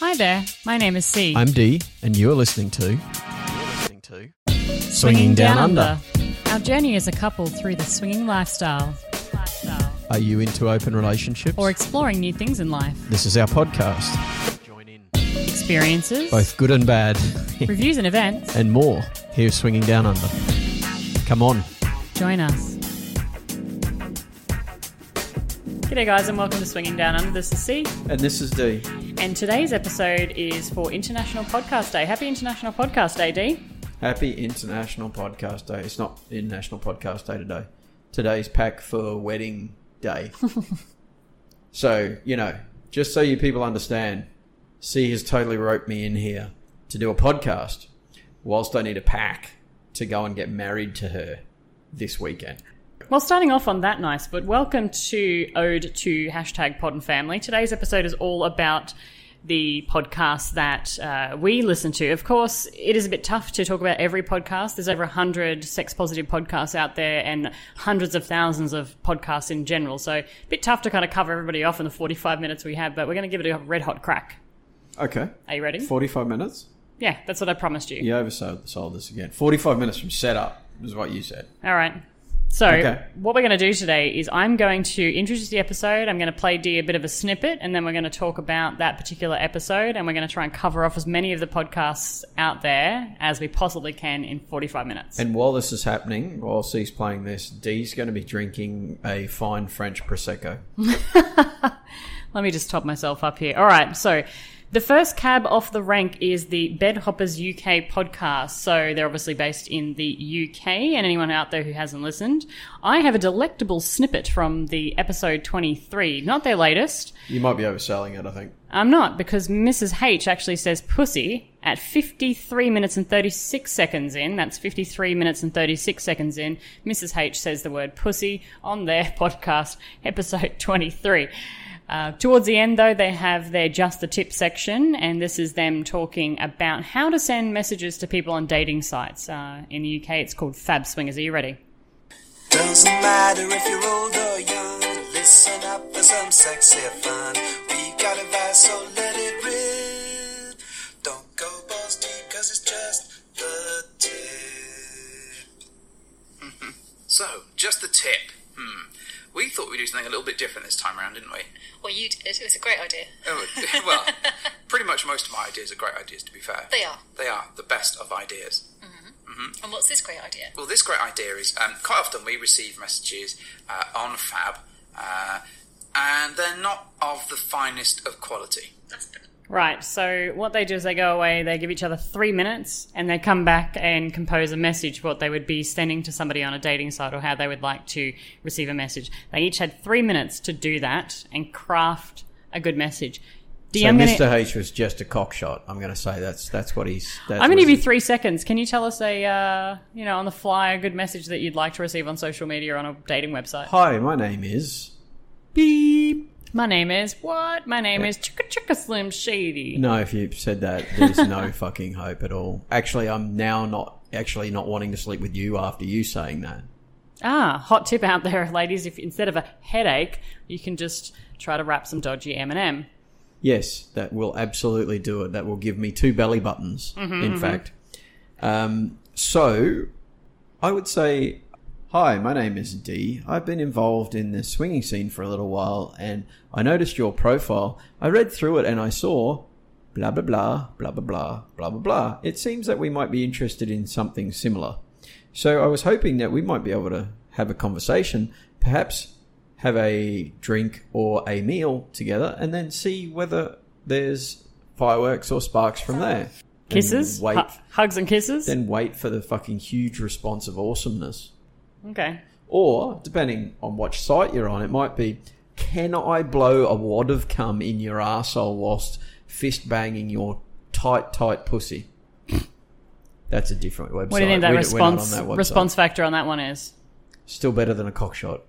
Hi there, my name is C. I'm D, and you are listening to. Swinging Down Under. Our journey as a couple through the swinging lifestyle Are you into open relationships? or exploring new things in life, this is our podcast, experiences, both good and bad, reviews, and events. and more here at Swinging Down Under. Come on. Join us. G'day, guys, and welcome to Swinging Down Under. This is C, And this is D. and today's episode is for International Podcast Day. Happy International Podcast Day, D. Happy International Podcast Day. It's not International Podcast Day today. Today's pack for Wedding Day. so, you know, just so you people understand, C has totally roped me in here to do a podcast whilst I need a pack to go and get married to her this weekend. Well, starting off on that nice, but welcome to Ode to hashtag Pod and Family. Today's episode is all about the podcasts that uh, we listen to. Of course, it is a bit tough to talk about every podcast. There's over 100 sex positive podcasts out there and hundreds of thousands of podcasts in general. So, a bit tough to kind of cover everybody off in the 45 minutes we have, but we're going to give it a red hot crack. Okay. Are you ready? 45 minutes? yeah, that's what I promised you. You oversold sold this again. 45 minutes from setup is what you said. All right. So, Okay. what we're going to do today is I'm going to introduce the episode. I'm going to play D a bit of a snippet, and then we're going to talk about that particular episode. And we're going to try and cover off as many of the podcasts out there as we possibly can in 45 minutes. And while this is happening, while C's playing this, D's going to be drinking a fine French Prosecco. Let me just top myself up here. All right. So, the first cab off the rank is the Bedhoppers UK podcast. So, they're obviously based in the UK, and anyone out there who hasn't listened, I have a delectable snippet from the episode 23, not their latest. You might be overselling it, I think. I'm not because Mrs. H actually says pussy at 53 minutes and 36 seconds in. That's 53 minutes and 36 seconds in. Mrs. H says the word pussy on their podcast, episode 23. Uh, towards the end, though, they have their just the tip section, and this is them talking about how to send messages to people on dating sites. Uh, in the UK, it's called Fab Swingers. Are you ready? Doesn't matter if you're old or young, listen up for some sexy fun. We got advice, so let it rip. Don't go balls deep, cause it's just the tip. So, just the tip. Hmm. We thought we'd do something a little bit different this time around, didn't we? Well, you did. It was a great idea. Oh, well, pretty much most of my ideas are great ideas, to be fair. They are. They are the best of ideas. And what's this great idea? Well, this great idea is um, quite often we receive messages uh, on Fab, uh, and they're not of the finest of quality. Right, so what they do is they go away, they give each other three minutes, and they come back and compose a message what they would be sending to somebody on a dating site or how they would like to receive a message. They each had three minutes to do that and craft a good message. D, So I'm Mr. gonna, H was just a cock shot. I'm going to say that's that's what he's. That's I'm going what to give you he- three seconds. Can you tell us a, uh, you know, on the fly, a good message that you'd like to receive on social media or on a dating website? Hi, my name is. Beep. My name is what? My name is Chicka Chicka Slim Shady. No, if you said that, there's no fucking hope at all. Actually, I'm now not actually not wanting to sleep with you after you saying that. Ah, hot tip out there, ladies. If instead of a headache, you can just try to wrap some dodgy M&M. Yes, that will absolutely do it. That will give me two belly buttons, Mm-hmm, in fact. Um, so, I would say, Hi, my name is Dee. I've been involved in the swinging scene for a little while, and I noticed your profile. I read through it and I saw blah, blah, blah, blah, blah, blah, blah, blah, blah. It seems that we might be interested in something similar. So, I was hoping that we might be able to have a conversation, perhaps have a drink or a meal together and then see whether there's fireworks or sparks from there. Kisses, Then wait, Hu- hugs, and kisses. then wait for the fucking huge response of awesomeness. okay. Or, depending on which site you're on, it might be can I blow a wad of cum in your arsehole whilst fist banging your tight, tight pussy? That's a different website. What do you think that We're- we're not on response that website. response factor on that one is? Still better than a cock shot.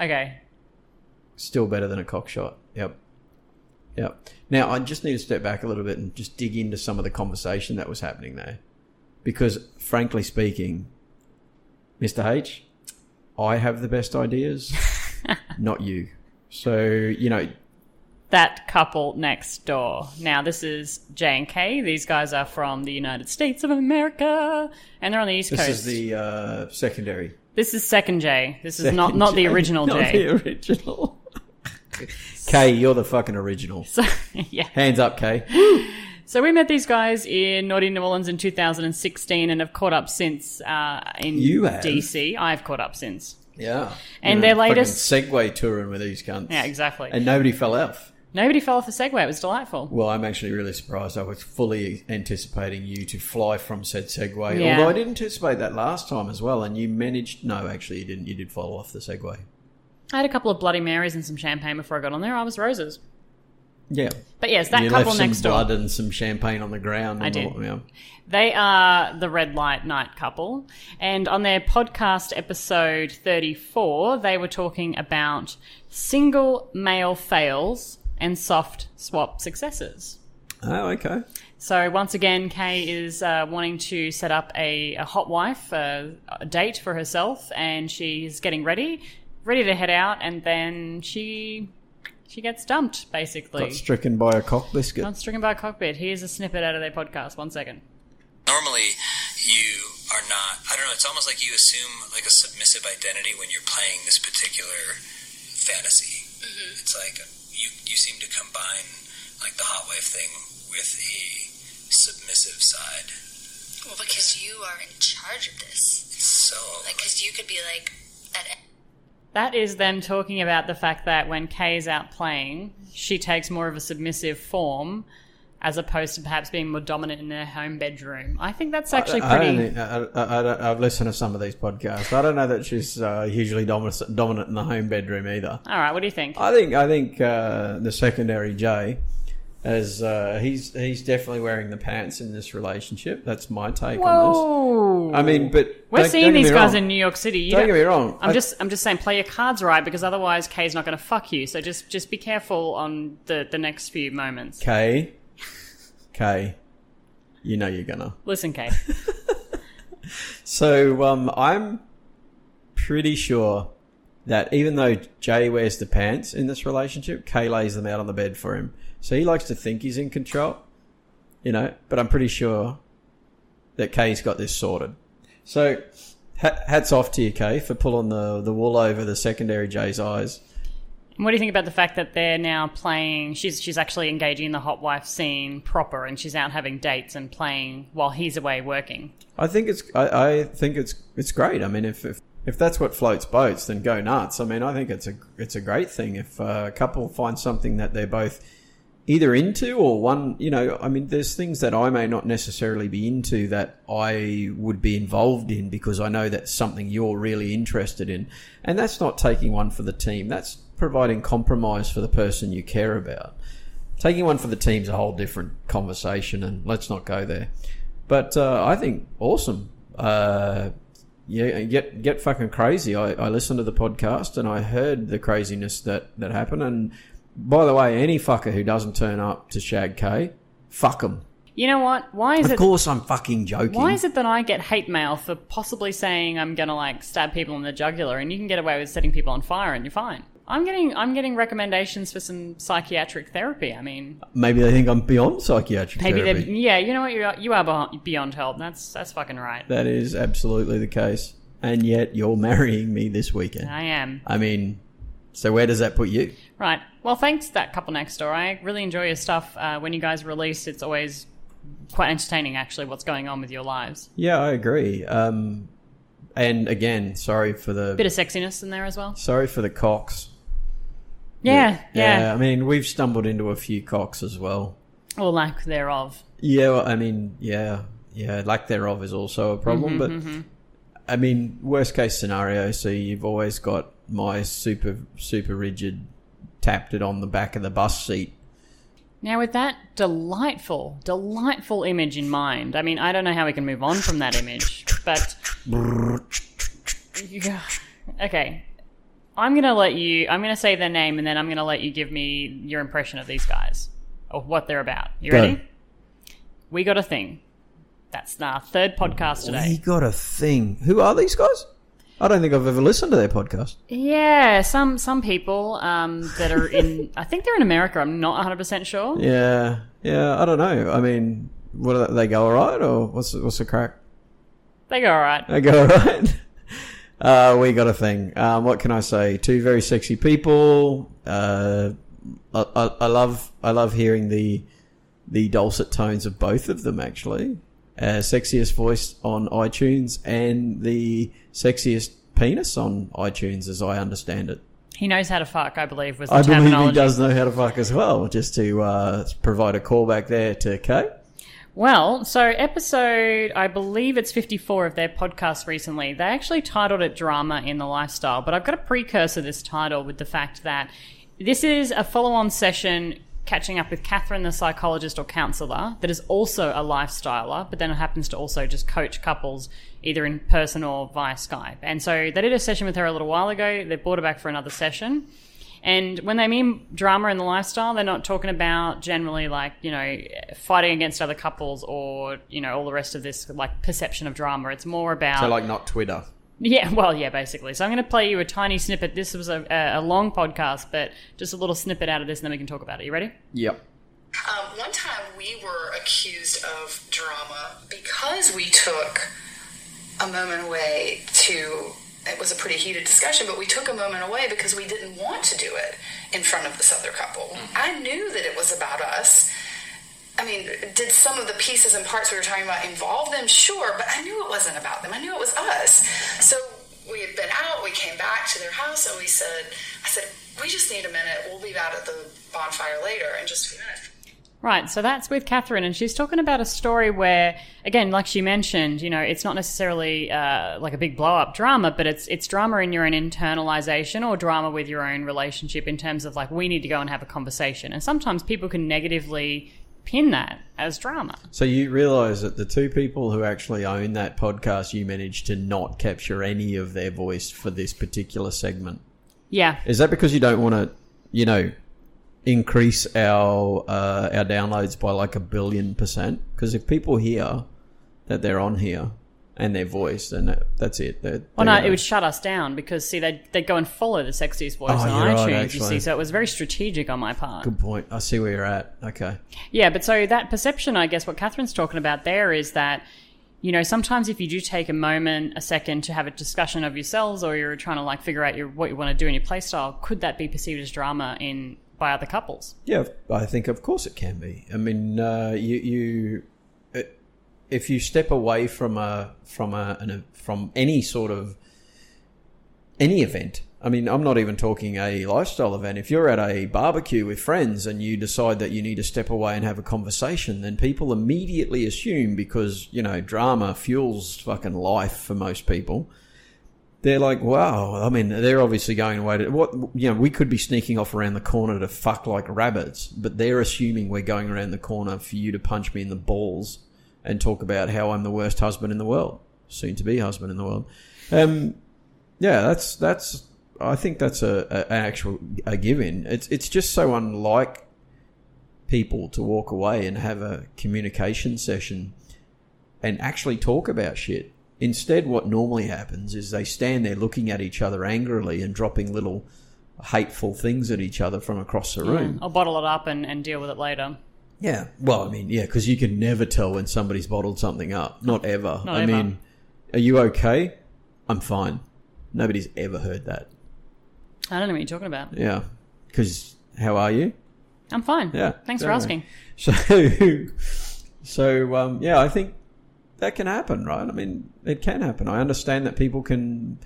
Okay. still better than a cock shot. Yep. Yep. Now, I just need to step back a little bit and just dig into some of the conversation that was happening there. Because, frankly speaking, Mr. H, I have the best ideas, not you. So, you know, that couple next door. Now, this is J and K. These guys are from the United States of America, and they're on the East This Coast. is the uh, secondary. This is second J. This is not Second not the J, original not J. the original. Kay, you're the fucking original. So, yeah. Hands up, Kay. So we met these guys in Naughty New Orleans in 2016, and have caught up since uh, in You have? DC. I've caught up since. Yeah. And You're their fucking latest- Segway touring with these cunts. Yeah, exactly. And nobody fell off. Nobody fell off the Segway. It was delightful. Well, I'm actually really surprised. I was fully anticipating you to fly from said Segway. Yeah. Although I did anticipate that last time as well, and you managed. No, actually, you didn't. You did fall off the Segway. I had a couple of Bloody Marys and some champagne before I got on there. I was roses. Yeah. But yes, that you couple left next some door. blood and some champagne on the ground. I and did. all- yeah. They are the Red Light Night couple. And on their podcast episode 34, they were talking about single male fails and soft swap successes. Oh, okay. So once again, Kay is uh, wanting to set up a, a hot wife, uh, a date for herself, and she's getting ready, ready to head out, and then she she gets dumped basically. Got stricken by a cock biscuit. Not stricken by a cockpit. Here's a snippet out of their podcast. One second. normally you are not i don't know it's almost like you assume like a submissive identity when you're playing this particular fantasy it's like you you seem to combine like the hot wife thing with a submissive side Well, because you are in charge of this. it's so Like, because you could be like, at That is them talking about the fact that when Kay is out playing, she takes more of a submissive form as opposed to perhaps being more dominant in her home bedroom. I think that's actually Uh, I pretty. don't think, I, I, I don't, uh, I've listened to some of these podcasts. I don't know that she's uh, hugely dominant, dominant in the home bedroom either. All right, what do you think? I think I think uh, the secondary J, as uh, he's he's definitely wearing the pants in this relationship. That's my take on Whoa. this. I mean, but We're don't- seeing don't get these me guys wrong. in New York City. You Don't get me wrong. I'm I- just I'm just saying play your cards right because otherwise Kay's not going to fuck you. So just just be careful on the the next few moments. K, K, you know you're gonna. Listen, Kay. So um, I'm pretty sure that even though Jay wears the pants in this relationship, Kay lays them out on the bed for him. So he likes to think he's in control, you know. But I'm pretty sure that Kay's got this sorted. So ha- hats off to you, Kay, for pulling the the wool over the secondary Jay's eyes. And what do you think about the fact that they're now playing? She's she's actually engaging in the hot wife scene proper, and she's out having dates and playing while he's away working. I think it's I, I think it's it's great. I mean, if, if if that's what floats boats, then go nuts. I mean, I think it's a it's a great thing if uh, a couple find something that they're both either into or one. You know, I mean, there's things that I may not necessarily be into that I would be involved in because I know that's something you're really interested in, and that's not taking one for the team. That's providing compromise for the person you care about. Taking one for the team's a whole different conversation, and let's not go there. But uh, I think awesome. Uh, yeah, get get fucking crazy. I, I listened to the podcast and I heard the craziness that that happened. And by the way, any fucker who doesn't turn up to Shag K, fuck him. You know what? Why is Of it? course, I'm fucking joking. Why is it that I get hate mail for possibly saying I'm gonna like stab people in the jugular, and you can get away with setting people on fire, and you're fine? I'm getting I'm getting recommendations for some psychiatric therapy. I mean, Maybe they think I'm beyond psychiatric Maybe they're therapy. yeah. You know what? You are, you are beyond, beyond help. That's that's fucking right. That is absolutely the case. And yet, you're marrying me this weekend. I am I mean, so where does that put you? right. Well, thanks to that couple next door. I really enjoy your stuff. Uh, when you guys release, it's always quite entertaining. Actually, what's going on with your lives? Yeah, I agree. Um, and again, sorry for the Bit of sexiness in there as well. sorry for the cocks. Yeah, yeah. I mean, we've stumbled into a few cocks as well. Or lack thereof. Yeah, well, I mean, yeah, yeah. Lack thereof is also a Mm-hmm, problem, but I mean, worst case scenario. So you've always got my super super rigid tapped it on the back of the bus seat. Now, with that delightful, delightful image in mind, I mean, I don't know how we can move on from that image, but. Yeah. Okay. I'm going to let you. I'm going to say their name and then I'm going to let you give me your impression of these guys, of what they're about. You Go. ready? We got a thing. That's our third podcast We today. got a thing. Who are these guys? I don't think I've ever listened to their podcast. Yeah, some some people um, that are in, I think they're in America. I'm not 100 percent sure. Yeah, yeah. I don't know. I mean, what are they, they go all right, or what's the- what's the crack? They go all right. They go all right. Uh, we got a thing. Um, what can I say? Two very sexy people. Uh, I, I, I love I love hearing the the dulcet tones of both of them. Actually, uh, sexiest voice on iTunes and the sexiest penis on iTunes, as I understand it. He knows how to fuck. I believe was the I believe terminology. he does know how to fuck as well. Just to uh, provide a callback there to Kate. Well, so episode, I believe it's 54 of their podcast recently. They actually titled it Drama in the Lifestyle, but I've got a precursor to this title with the fact that this is a follow on session catching up with Catherine, the psychologist or counselor, that is also a lifestyler, but then happens to also just coach couples either in person or via Skype. And so they did a session with her a little while ago. They brought her back for another session. And when they mean drama in the lifestyle, they're not talking about generally like, you know, fighting against other couples or, you know, all the rest of this like perception of drama. It's more about. So like not Twitter. yeah, well, yeah, basically. So I'm going to play you a tiny snippet. This was a, a a long podcast, but just a little snippet out of this and then we can talk about it. You ready? Yep. Um, one time we were accused of drama because we took a moment away to. It was a pretty heated discussion, but we took a moment away because we didn't want to do it in front of this other couple. I knew that it was about us. I mean, did some of the pieces and parts we were talking about involve them? Sure, but I knew it wasn't about them. I knew it was us. So we had been out, we came back to their house, and we said, I said, we just need a minute. We'll be out at the bonfire later in just a few minutes. Right, so that's with Catherine, and she's talking about a story where, again, like she mentioned, you know, it's not necessarily uh, like a big blow up drama, but it's it's drama in your own internalization or drama with your own relationship in terms of like we need to go and have a conversation, and sometimes people can negatively pin that as drama. So you realise that the two people who actually own that podcast, you managed to not capture any of their voice for this particular segment. Yeah, Is that because you don't want to, you know, increase our uh, our downloads by like a billion percent? Because if people hear that they're on here and their voice, then that, that's it. They're, well, no, they're- it would shut us down because see, they they go and follow the sexiest voice Oh, on you're iTunes, right, you actually. see, so it was very strategic on my part. Good point. I see where you're at. Okay. Yeah, but so that perception, I guess, what Catherine's talking about there is that, you know, sometimes if you do take a moment, a second to have a discussion of yourselves, or you're trying to like figure out your what you want to do in your play style, could that be perceived as drama in by other couples? Yeah, I think of course it can be. I mean, uh, you you uh, if you step away from a from a, an, a from any sort of any event. I mean, I'm not even talking a lifestyle event. If you're at a barbecue with friends and you decide that you need to step away and have a conversation, then people immediately assume because, you know, drama fuels fucking life for most people they're like, wow. I mean, they're obviously going away to what you know. We could be sneaking off around the corner to fuck like rabbits, but they're assuming we're going around the corner for you to punch me in the balls and talk about how I'm the worst husband in the world, soon to be husband in the world. Um, yeah, that's that's. I think that's a, a an actual a given. It's it's just so unlike people to walk away and have a communication session and actually talk about shit. Instead, what normally happens is they stand there looking at each other angrily and dropping little hateful things at each other from across the room. I'll bottle it up and, and deal with it later. Yeah. Well, I mean, yeah, because you can never tell when somebody's bottled something up. Not ever. Not I ever. mean, are you okay? I'm fine. Nobody's ever heard that. I don't know what you're talking about. Yeah. Because how are you? I'm fine. Yeah, Thanks for don't asking. So, so um, yeah, I think that can happen, right? I mean, it can happen. I understand that people can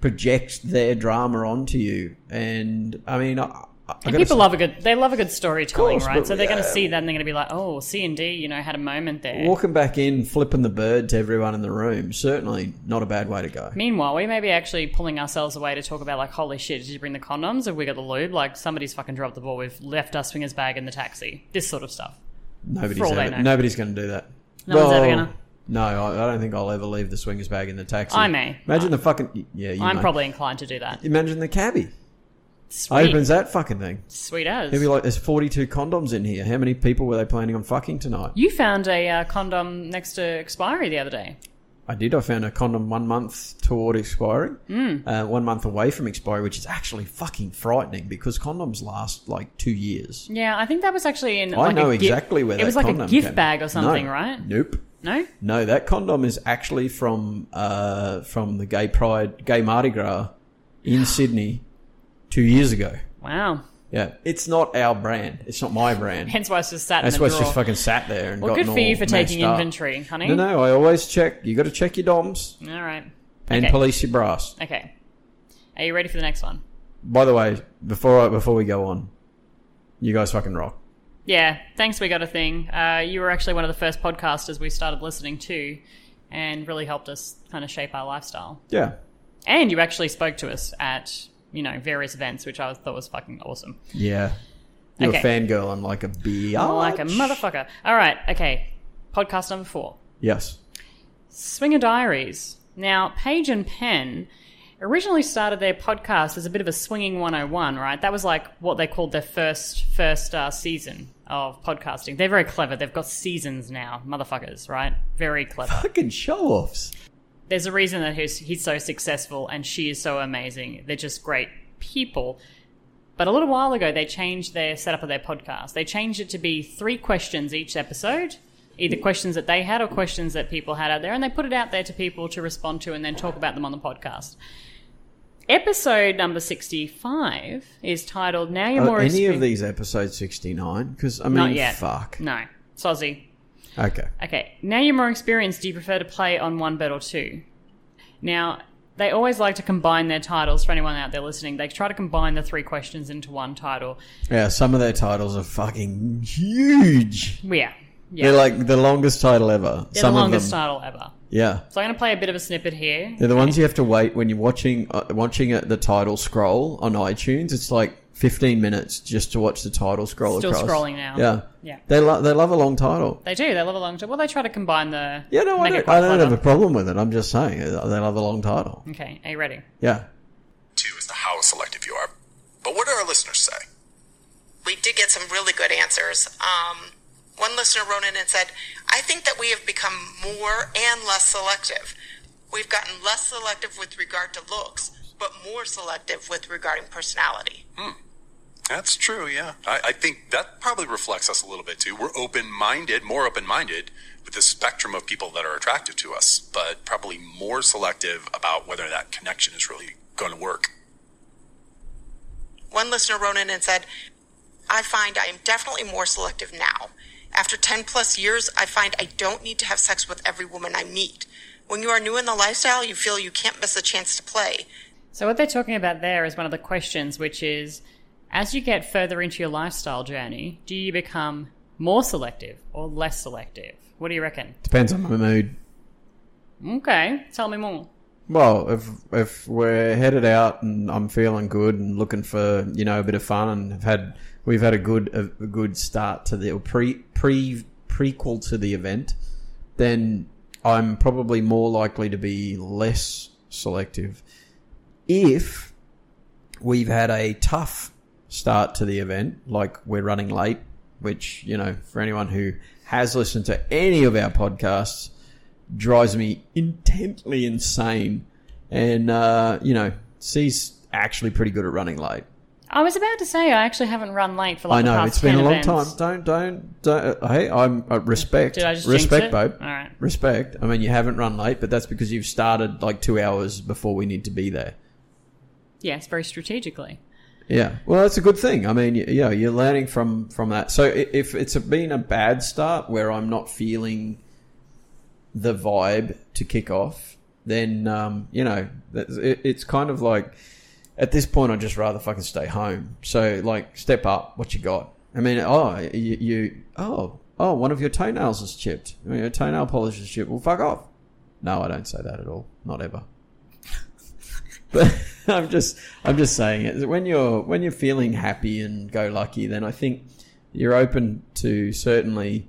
project their drama onto you, and I mean, I, I And gotta people say- love a good they love a good storytelling, Of course, right? but So they're going yeah. to see that and they're going to be like, oh, C and D, you know, had a moment there. walking back in, flipping the bird to everyone in the room. Certainly not a bad way to go. Meanwhile, we may be actually pulling ourselves away to talk about like, holy shit, did you bring the condoms? Have we got the lube? Like somebody's fucking dropped the ball. We've left our swingers bag in the taxi. This sort of stuff. Nobody's For all they ever, know. nobody's going to do that. No one's ever gonna. No, I, I don't think I'll ever leave the swingers bag in the taxi. I may. Imagine the fucking yeah. You I'm may. probably inclined to do that. imagine the cabbie Sweet, opens that fucking thing. sweet as. He'd be like, "There's 42 condoms in here. How many people were they planning on fucking tonight?" you found a uh, condom next to expiry the other day. I did. I found a condom one month toward expiry, Mm. uh, one month away from expiry, which is actually fucking frightening because condoms last like two years. Yeah, I think that was actually in. I like know a gift- exactly where it that was like a condom gift came. bag or something, No. right? Nope. No, No, that condom is actually from uh, from the Gay Pride, Gay Mardi Gras in Sydney two years ago. wow. Yeah, it's not our brand. It's not my brand. Hence why it's just sat That's in the why it's drawer. just fucking sat there and well, gotten good for you all for taking mashed up. inventory, honey. No, no, I always check. You got to check your DOMs All right. and Okay. police your brass. Okay. Are you ready for the next one? By the way, before I, before we go on, you guys fucking rock. Yeah, thanks. We got a thing. Uh, you were actually one of the first podcasters we started listening to, and really helped us kind of shape our lifestyle. Yeah, And you actually spoke to us at you know various events, which I thought was fucking awesome. yeah. You're Okay. a fangirl and like a bee. Like a motherfucker. All right. Okay. Podcast number four. Yes. Swinger Diaries. Now, Page and Pen originally started their podcast as a bit of a swinging 101, right? That was like what they called their first first uh, season of podcasting. They're very clever. They've got seasons now, motherfuckers, right? Very clever. Fucking show offs. There's a reason that he's, he's so successful and she is so amazing. They're just great people. But a little while ago, they changed their setup of their podcast. They changed it to be three questions each episode, either questions that they had or questions that people had out there, and they put it out there to people to respond to and then talk about them on the podcast. Episode number 65 is titled Now You're Are More Uh, any Exper- of these episodes 69? Because, I mean, Not yet. fuck. No. Sozzy, Okay. Okay, now you're more experienced. Do you prefer to play on one bed or two? Now, they always like to combine their titles for anyone out there listening. They try to combine the three questions into one title. Yeah, some of their titles are fucking huge. Yeah. Yeah. They're like the longest title ever. They're some the longest of them. title ever. Yeah. So I'm going to play a bit of a snippet here. They're the ones you have to wait when you're watching uh, watching it, the title scroll on iTunes. It's like 15 minutes just to watch the title scroll Still across. scrolling now. Yeah. Yeah. They, lo- they love a long title. They do. They love a long title. Well, they try to combine the. Yeah, no, I make it don't, quite I don't have clever. a problem with it. I'm just saying uh, they love a long title. Okay, are you ready? Yeah. Two is the how selective you are. But what do our listeners say? we did get some really good answers. Um, one listener wrote in and said, I think that we have become more and less selective. We've gotten less selective with regard to looks, but more selective with regarding personality. That's true, yeah. I, I think that probably reflects us a little bit too. We're open minded, more open minded with the spectrum of people that are attracted to us, but probably more selective about whether that connection is really going to work. One listener wrote in and said, I find I am definitely more selective now. After 10 plus years, I find I don't need to have sex with every woman I meet. When you are new in the lifestyle, you feel you can't miss a chance to play. So, what they're talking about there is one of the questions, which is as you get further into your lifestyle journey, do you become more selective or less selective? What do you reckon? Depends on my mood. Okay, tell me more. Well, if if we're headed out and I'm feeling good and looking for you know a bit of fun and have had we've had a good a good start to the or pre pre prequel to the event, then I'm probably more likely to be less selective. If we've had a tough start to the event, like we're running late, which you know for anyone who has listened to any of our podcasts drives me intensely insane and uh, you know she's actually pretty good at running late I was about to say I actually haven't run late for like i the know past it's been 10 a long events. time don't don't don't uh, hey i'm uh, respect Did I just jinx respect it? babe All right. respect i mean you haven't run late but that's because you've started like two hours before we need to be there Yes, very strategically. yeah well that's a good thing i mean y- you know you're learning from from that so i- if it's a, been a bad start where i'm not feeling the vibe to kick off, then um, you know that's- it, it's kind of like at this point I'd just rather fucking stay home. So like, step up. What you got? I mean, oh, you, you oh oh one of your toenails is chipped. I mean, your toenail polish is chipped. Well, fuck off. No, I don't say that at all. Not ever. But I'm just I'm just saying it. When you're when you're feeling happy and go lucky, then I think you're open to certainly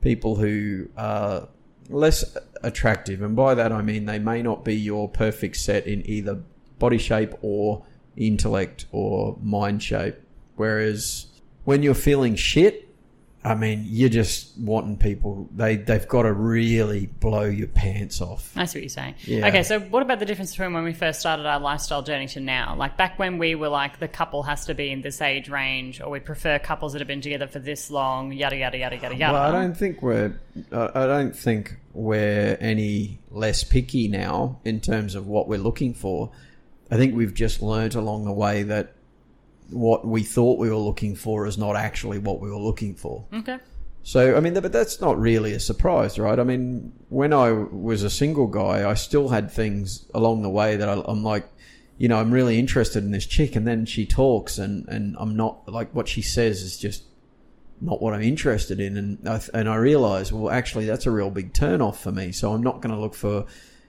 people who are less attractive, and by that I mean they may not be your perfect set in either body shape or intellect or mind shape. Whereas when you're feeling shit, I mean, you're just wanting people. They they've got to really blow your pants off. I see what you're saying. Yeah. Okay, so what about the difference between when we first started our lifestyle journey to now? Like back when we were like the couple has to be in this age range, or we prefer couples that have been together for this long, yada yada yada yada yada. Well, I don't think we're. I I don't think we're any less picky now in terms of what we're looking for. I think we've just learnt along the way that what we thought we were looking for is not actually what we were looking for. okay. So I mean, th- but that's not really a surprise, right? I mean, when I was a single guy, I still had things along the way that I, I'm like, you know, I'm really interested in this chick, and then she talks, and and I'm not like what she says is just not what I'm interested in, and I, th- and I realize, well, actually, that's a real big turnoff for me. So I'm not going to look for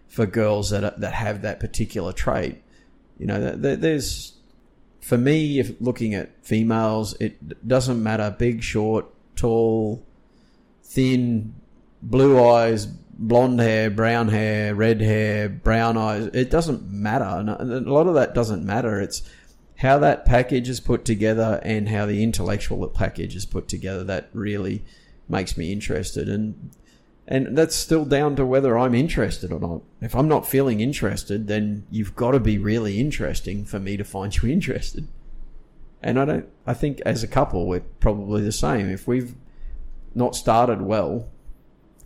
for girls that are, that have that particular trait. You know, th- th- there's for me, if looking at females, it doesn't matter big, short, tall, thin, blue eyes, blonde hair, brown hair, red hair, brown eyes. It doesn't matter. And a lot of that doesn't matter. It's how that package is put together and how the intellectual package is put together that really makes me interested. And and that's still down to whether I'm interested or not. If I'm not feeling interested, then you've got to be really interesting for me to find you interested. And I don't. I think as a couple, we're probably the same. If we've not started well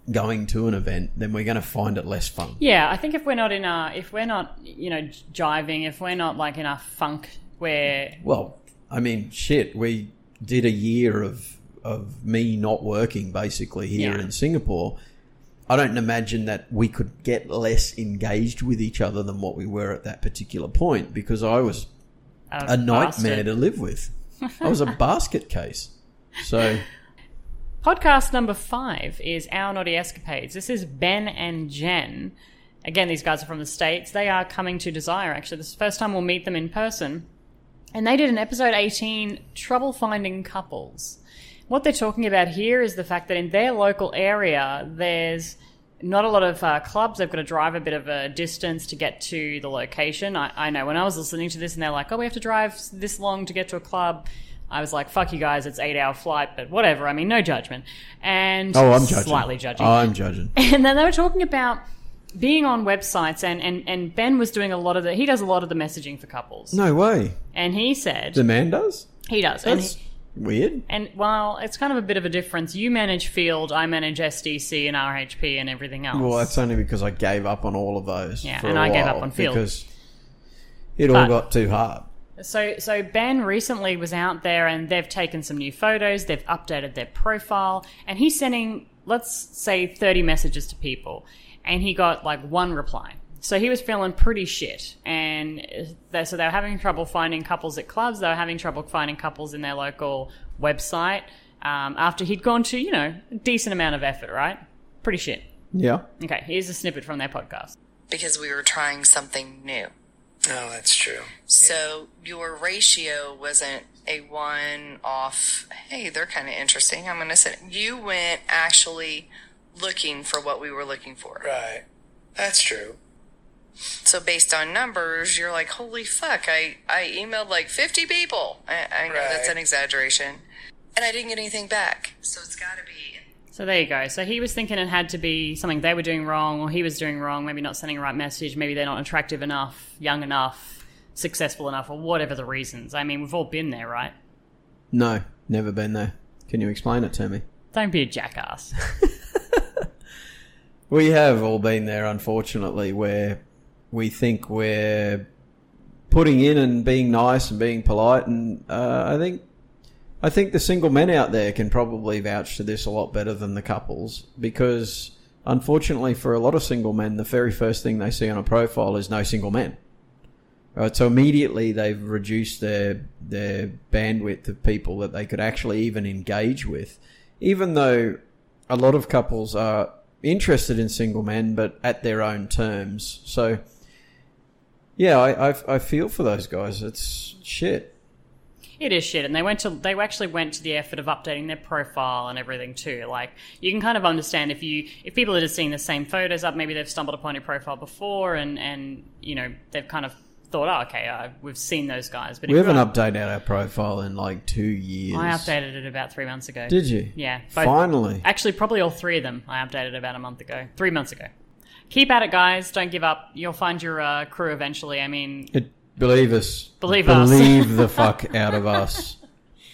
going to an event, then we're going to find it less fun. Yeah, I think if we're not in our, if we're not, you know, j- jiving, if we're not like in our funk, where Well, I mean, shit, we did a year of of me not working basically here Yeah. in Singapore. I don't imagine that we could get less engaged with each other than what we were at that particular point because I was uh, a nightmare bastard. to live with. I was a basket case. So Podcast number five is Our Naughty Escapades. This is Ben and Jen. Again, these guys are from the States. They are coming to Desire, actually. This is the first time we'll meet them in person. And they did an episode 18 Trouble Finding Couples. What they're talking about here is the fact that in their local area, there's not a lot of uh, clubs. They've got to drive a bit of a distance to get to the location. I, I know when I was listening to this and they're like, oh, we have to drive s- this long to get to a club. I was like, fuck you guys, it's eight hour flight, but whatever. I mean, no judgment. And Oh, I'm judging. slightly judging I'm judging. and then they were talking about being on websites and, and, and ben was doing a lot of the he does a lot of the messaging for couples No way. and he said The man does? he does and, That's weird. and while it's kind of a bit of a difference you manage field i manage sdc and rhp and everything else Well, that's only because I gave up on all of those. Yeah, for and I I gave up on Phil. Because it But- all got too hard. So, so Ben recently was out there, and they've taken some new photos. They've updated their profile, and he's sending, let's say, thirty messages to people, and he got like one reply. So he was feeling pretty shit, and uh, they, so they were having trouble finding couples at clubs. They were having trouble finding couples in their local website. Um, after he'd gone to, you know, a decent amount of effort, right? Pretty shit. Yeah. Okay, here's a snippet from their podcast. Because we were trying something new. No, Oh, that's true. So your ratio wasn't a one off, hey, they're kind of interesting. I'm going to send it. You went actually looking for what we were looking for. Right. That's true. So based on numbers, you're like, holy fuck, I, I emailed like 50 people. I, I know that's Right. an exaggeration. And I didn't get anything back. So it's got to be So there you go. So he was thinking it had to be something they were doing wrong, or he was doing wrong. Maybe not sending the right message. Maybe they're not attractive enough, young enough, successful enough, or whatever the reasons. I mean, we've all been there, right? No, never been there. Can you explain it to me? Don't be a jackass. We have all been there, unfortunately, where we think we're putting in and being nice and being polite, and uh, I think I think the single men out there can probably vouch to this a lot better than the couples because, unfortunately, for a lot of single men, the very first thing they see on a profile is no single men. Right, so immediately they've reduced their their bandwidth of people that they could actually even engage with, even though a lot of couples are interested in single men, but at their own terms. So, yeah, I, I, I feel for those guys. It's shit. it is shit. And they went to they actually went to the effort of updating their profile and everything too. Like you can kind of understand if you if people are just seeing the same photos up, maybe they've stumbled upon your profile before, and and you know they've kind of thought, oh, okay, uh, we've seen those guys. But We if haven't you're- updated our profile in like two years. I updated it about three months ago. Did you? Yeah. both- Finally. Actually, probably all three of them I updated about a month ago, three months ago. Keep at it, guys. Don't give up. You'll find your uh, crew eventually. I mean, It, believe us. Believe us. believe the fuck out of us.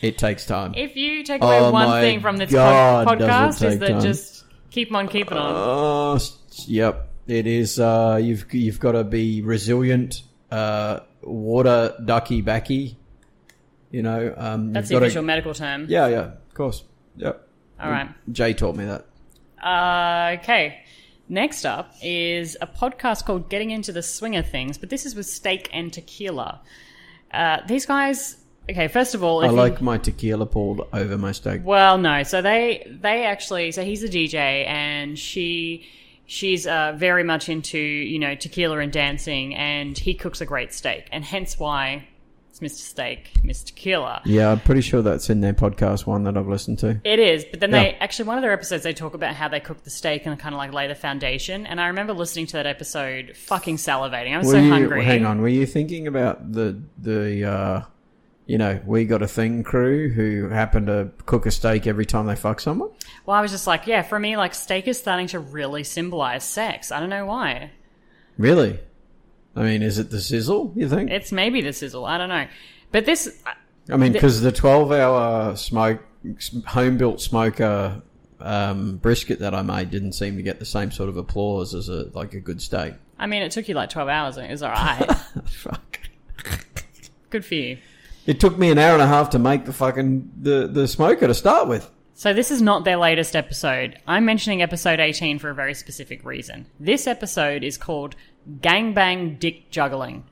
It takes time. if you take away Oh one my thing from this God, pod- does it podcast, is take that time. just keep on keeping on. Oh, s- yep. It is. Uh, you've you've got to be resilient. Uh, water ducky backy. You know. Um, That's the you've official gotta, medical term. Yeah, yeah. Of course. Yep. All right. Jay taught me that. Uh, okay. Next up is a podcast called Getting Into the Swing of Things, but this is with Steak and Tequila. Uh, these guys. Okay, first of all, if I you- like my tequila poured over my steak. Well, no. So they they actually so he's a DJ and she she's uh, very much into you know tequila and dancing and he cooks a great steak and hence why it's Mr. Steak, Mr. Tequila. Yeah, I'm pretty sure that's in their podcast one that I've listened to. It is, but then they Yeah. actually one of their episodes they talk about how they cook the steak and kind of like lay the foundation. And I remember listening to that episode, fucking salivating. I was so you, hungry. Hang on, were you thinking about the the uh, you know we got a thing crew who happen to cook a steak every time they fuck someone? Well, I was just like, yeah, for me, like steak is starting to really symbolize sex. I don't know why. Really? I mean, is it the sizzle? You think? It's maybe the sizzle. I don't know. But this, I mean, because the twelve-hour smoke home-built smoker um, brisket that I made didn't seem to get the same sort of applause as a like a good steak. I mean, it took you like twelve hours. and It was all right. Fuck. Good for you. It took me an hour and a half to make the fucking the, the smoker to start with. So this is not their latest episode. I'm mentioning episode 18 for a very specific reason. This episode is called Gangbang Dick Juggling.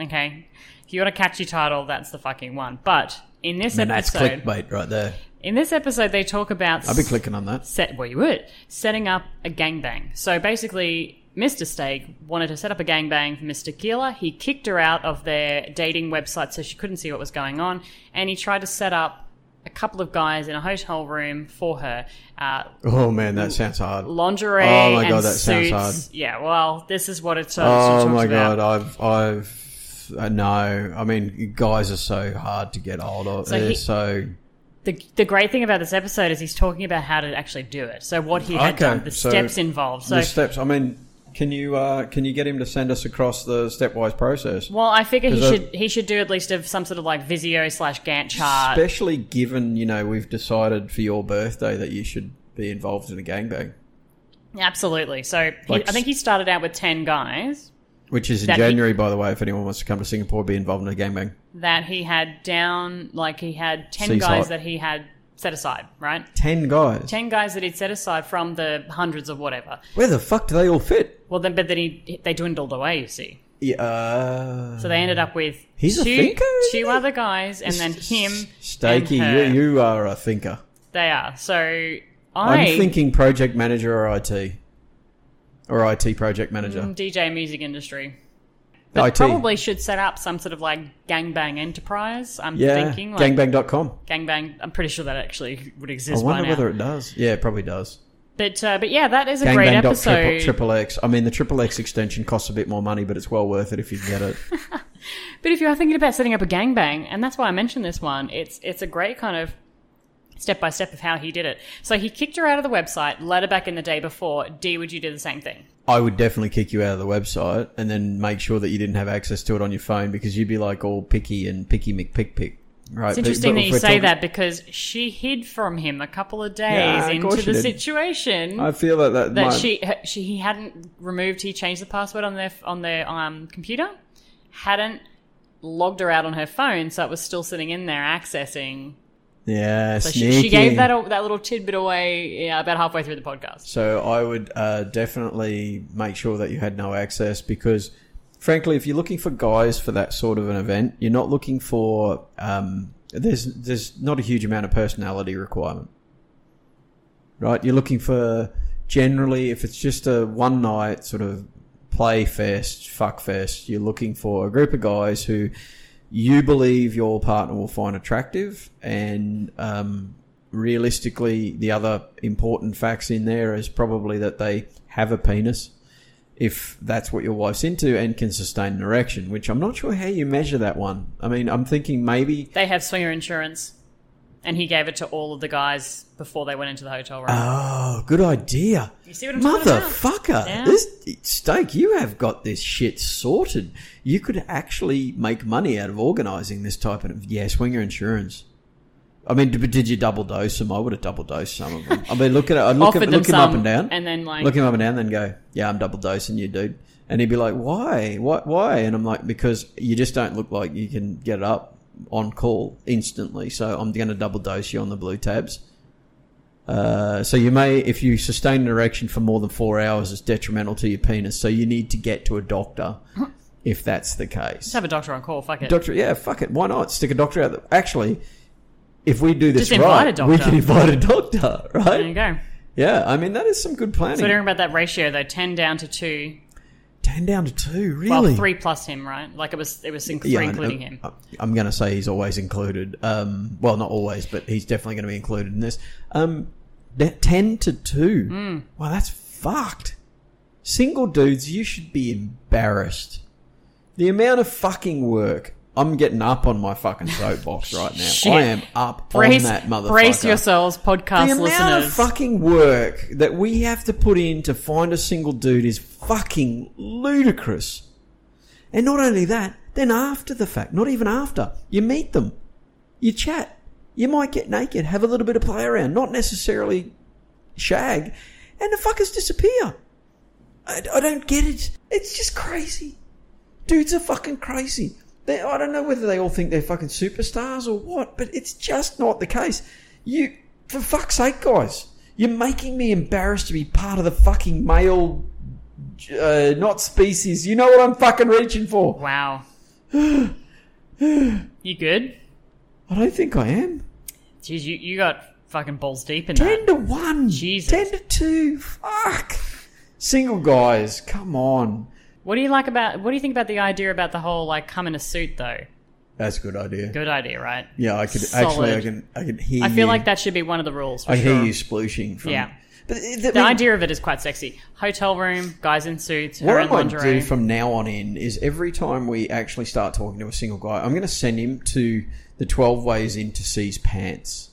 Okay? If you want a catchy title, that's the fucking one. But in this And that's episode clickbait right there. in this episode they talk about I'll be clicking on that. set well you would setting up a gangbang. So basically, Mr. Steak wanted to set up a gangbang for Mr. Keeler. He kicked her out of their dating website so she couldn't see what was going on, and he tried to set up a couple of guys in a hotel room for her. Uh, Oh man, that sounds hard. lingerie Oh my God, and that sounds suits. hard. Yeah, well, this is what it's uh, sort Oh of talks my about. god, I've I've I know. I mean, guys are so hard to get hold of. So They're he- so The, the great thing about this episode is he's talking about how to actually do it. So what he had Okay, done, the so steps involved. So the steps. I mean, can you uh, can you get him to send us across the stepwise process? Well, I figure he Because I- should he should do at least of some sort of like Visio slash Gantt chart. Especially given you know we've decided for your birthday that you should be involved in a gangbang, Absolutely. So he, Like I think he started out with ten guys which is in That he- January, by the way. If anyone wants to come to Singapore, be involved in a gangbang. that he had down. Like he had ten Seaside. guys that he had set aside. Right. Ten guys. Ten guys that he'd set aside from the hundreds of whatever. Where the fuck do they all fit? Well, then, but then he they dwindled away. You see. Yeah. Uh, So they ended up with He's a two, thinker, isn't two he? other guys, and then him. Stakey, and her. you, you are a thinker. They are. So I I'm thinking project manager or IT. Or IT project manager. DJ music industry. IT. Probably should set up some sort of like gangbang enterprise. I'm yeah. thinking like Gangbang.com. gangbang. I'm pretty sure that actually would I exist by wonder now. whether it does. Yeah, it probably does. but uh, but yeah, that is a great Gangbang.triple- episode. triple X. I mean, the triple X extension costs a bit more money, but it's well worth it if you can get it. But if you are thinking about setting up a gangbang, and that's why I mentioned this one, it's it's a great kind of step by step of how he did it. So he kicked her out of the website, let her back in the day before. D, would you do the same thing? I would definitely kick you out of the website and then make sure that you didn't have access to it on your phone because you'd be like all picky and picky McPickpick. Right. It's interesting that you say that because she hid from him a couple of days Yeah, of into course the she did. situation. I feel that that, that might- she, her- she he hadn't removed he changed the password on their on their um, computer hadn't logged her out on her phone so it was still sitting in there accessing yeah, so she, she gave sneaky. that that little tidbit away yeah, about halfway through the podcast So I would uh, definitely make sure that you had no access because, frankly, if you're looking for guys for that sort of an event, you're not looking for. Um, there's there's not a huge amount of personality requirement, right? You're looking for generally if it's just a one night sort of play fest, fuck fest. You're looking for a group of guys who you believe your partner will find attractive and um, realistically the other important facts in there is probably that they have a penis if that's what your wife's into and can sustain an erection, which I'm not sure how you measure that one. I mean, I'm thinking maybe. They have swinger insurance, and he gave it to all of the guys before they went into the hotel room. Oh, good idea. You see what I'm talking about? Motherfucker. Yeah. This steak, you have got this shit sorted. You could actually make money out of organizing this type of yeah, swinger insurance. I mean, d- but did you double dose them? I would have double dosed some of them. I mean, look at it. I'd look, Offered at, them look him up some, and down, and then, like- look him up and down, then go, yeah, I'm double dosing you, dude. And he'd be like, why, why, why? And I'm like, because you just don't look like you can get it up on call instantly. So I'm going to double dose you on the blue tabs. Uh, so you may, if you sustain an erection for more than four hours, it's detrimental to your penis. So you need to get to a doctor if that's the case. Just have a doctor on call. Fuck it. Doctor, yeah, fuck it. Why not stick a doctor out? There? Actually, if we do this Just invite right, a we doctor. can invite a doctor, there you right? go. Yeah, I mean that is some good planning. So we're talking about that ratio though, ten down to two. Ten down to two, really? Well, three plus him, right? Like it was, it was in- three Yeah, I know. including him. I- I'm going to say he's always included. Um, well, not always, but he's definitely going to be included in this. Um, that ten to two. Mm. Wow, that's fucked. Single dudes, you should be embarrassed. The amount of fucking work. I'm getting up on my fucking soapbox right now. Shit. I am up brace, on that motherfucker. brace yourselves, podcast the amount of listeners. fucking work that we have to put in to find a single dude is fucking ludicrous. And not only that, then after the fact, not even after, you meet them, you chat, you might get naked, have a little bit of play around, not necessarily shag, and the fuckers disappear. I, I don't get it. It's just crazy. Dudes are fucking crazy. They, I don't know whether they all think they're fucking superstars or what, but it's just not the case. You, for fuck's sake, guys, you're making me embarrassed to be part of the fucking male, uh, not species. You know what I'm fucking reaching for. wow. you good? I don't think I am. Jeez, you, you got fucking balls deep in that. Ten to one. Jesus. Ten to two. Fuck. Single guys, come on. What do you like about? What do you think about the idea about the whole like come in a suit though? That's a good idea. Good idea, right? Yeah, I could actually. Solid. I can. I can hear. I feel you. like that should be one of the rules. For I sure. hear you splooshing from. Yeah. But the, The idea of it is quite sexy. Hotel room, guys in suits, What her I in might lingerie. do from now on in is every time we actually start talking to a single guy, I'm going to send him to the 12 Ways In to See's Pants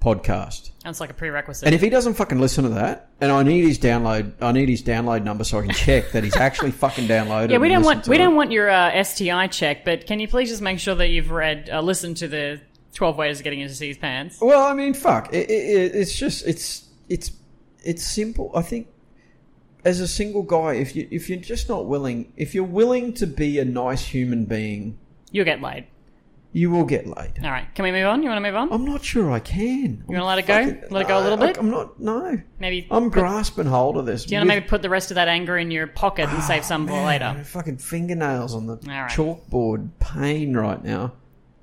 podcast. That's like a prerequisite. And if he doesn't fucking listen to that, and I need his download, I need his download number so I can check that he's actually fucking downloaded. yeah, we don't and listened want to we it. don't want your uh, STI check, but can you please just make sure that you've read, uh, listened to the twelve ways of getting into these pants? Well, I mean, fuck. It, it, it's just it's it's it's simple. I think as a single guy, if you if you're just not willing, if you're willing to be a nice human being, You'll get laid. you will get laid. All right, can we move on? You want to move on? I'm not sure I can. You wanna let it go? Let it go a little bit? I, am not. No, Maybe I'm put- grasping hold of this. Do you want to maybe put the rest of that anger in your pocket and save some for later? Fucking fingernails on the right. chalkboard, pain right now.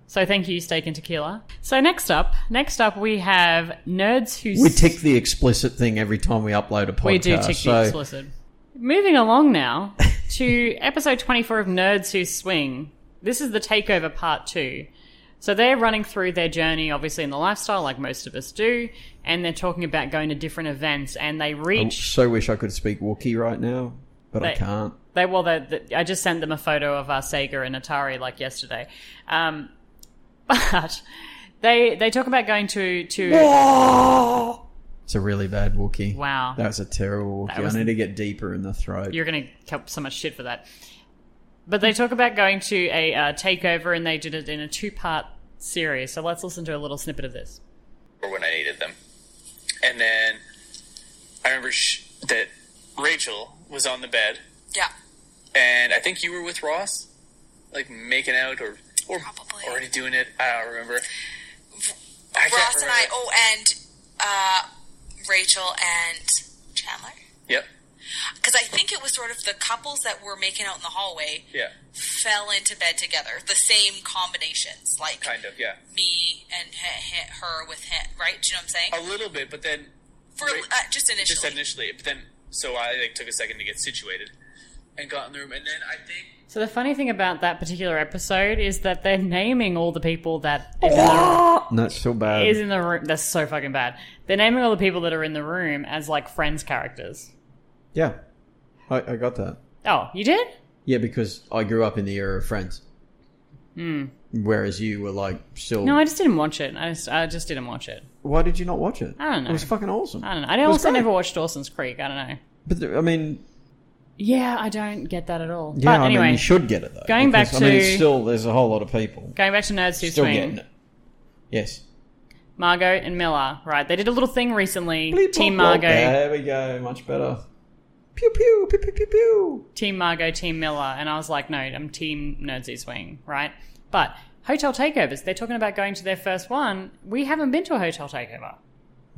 So thank you, Steak and Tequila. So next up, next up we have Nerds Who We S- tick the explicit thing every time we upload a podcast. We do tick so the explicit. Moving along now to episode 24 of Nerds Who Swing. This is the takeover part two. So they're running through their journey, obviously, in the lifestyle, like most of us do, and they're talking about going to different events, and they I reach. so wish I could speak Wookiee right now, but I They- can't. They well, they, they- I just sent them a photo of our Sega and Atari like yesterday, um, but they they talk about going to to It's a really bad Wookiee. Wow. That was a terrible Wookiee. That was- I need to get deeper in the throat. you're going to get so much shit for that. But they talk about going to a uh, takeover, and they did it in a two-part series. So let's listen to a little snippet of this. or when I needed them. And then I remember sh- that Rachel was on the bed, Yeah, and I think you were with Ross, like making out or or Probably. already doing it. I don't remember. I can't Ross and I. remember. Oh, and uh, Rachel and Chandler. Yep. Because I think it was sort of the couples that were making out in the hallway Yeah. fell into bed together. The same combinations, like Kind of. Yeah. me and he- he- her with him. Right? Do you know what I'm saying? A little bit, but then For Ra- uh, just initially, just initially, but then so I like took a second to get situated and got in the room, and then I think So the funny thing about that particular episode is that they're naming all the people that is No, it's still bad. in the, is in the room. That's so fucking bad. They're naming all the people that are in the room as like friends characters. yeah. I, I got that. Oh, you did? Yeah, because I grew up in the era of Friends, Hmm. whereas you were like still. No, I just didn't watch it. I just, I just didn't watch it. Why did you not watch it? I don't know. It was fucking awesome. I don't know. I It was also great. never watched Dawson's Creek. I don't know. But the- I mean, Yeah, I don't get that at all. yeah, but anyway, I mean, you should get it though. going back I mean, it's to- still there's a whole lot of people going back to Nerds Who still Swing. getting it. Yes. Margot and Miller, right? They did a little thing recently. Bleep, Team blop, blop. Margot, There we go. Much better. Pew pew pew pew pew pew. Team Margot, Team Miller, and I was like, no, I'm Team Nerdsy Swing, right? But hotel takeovers, they're talking about going to their first one. We haven't been to a hotel takeover.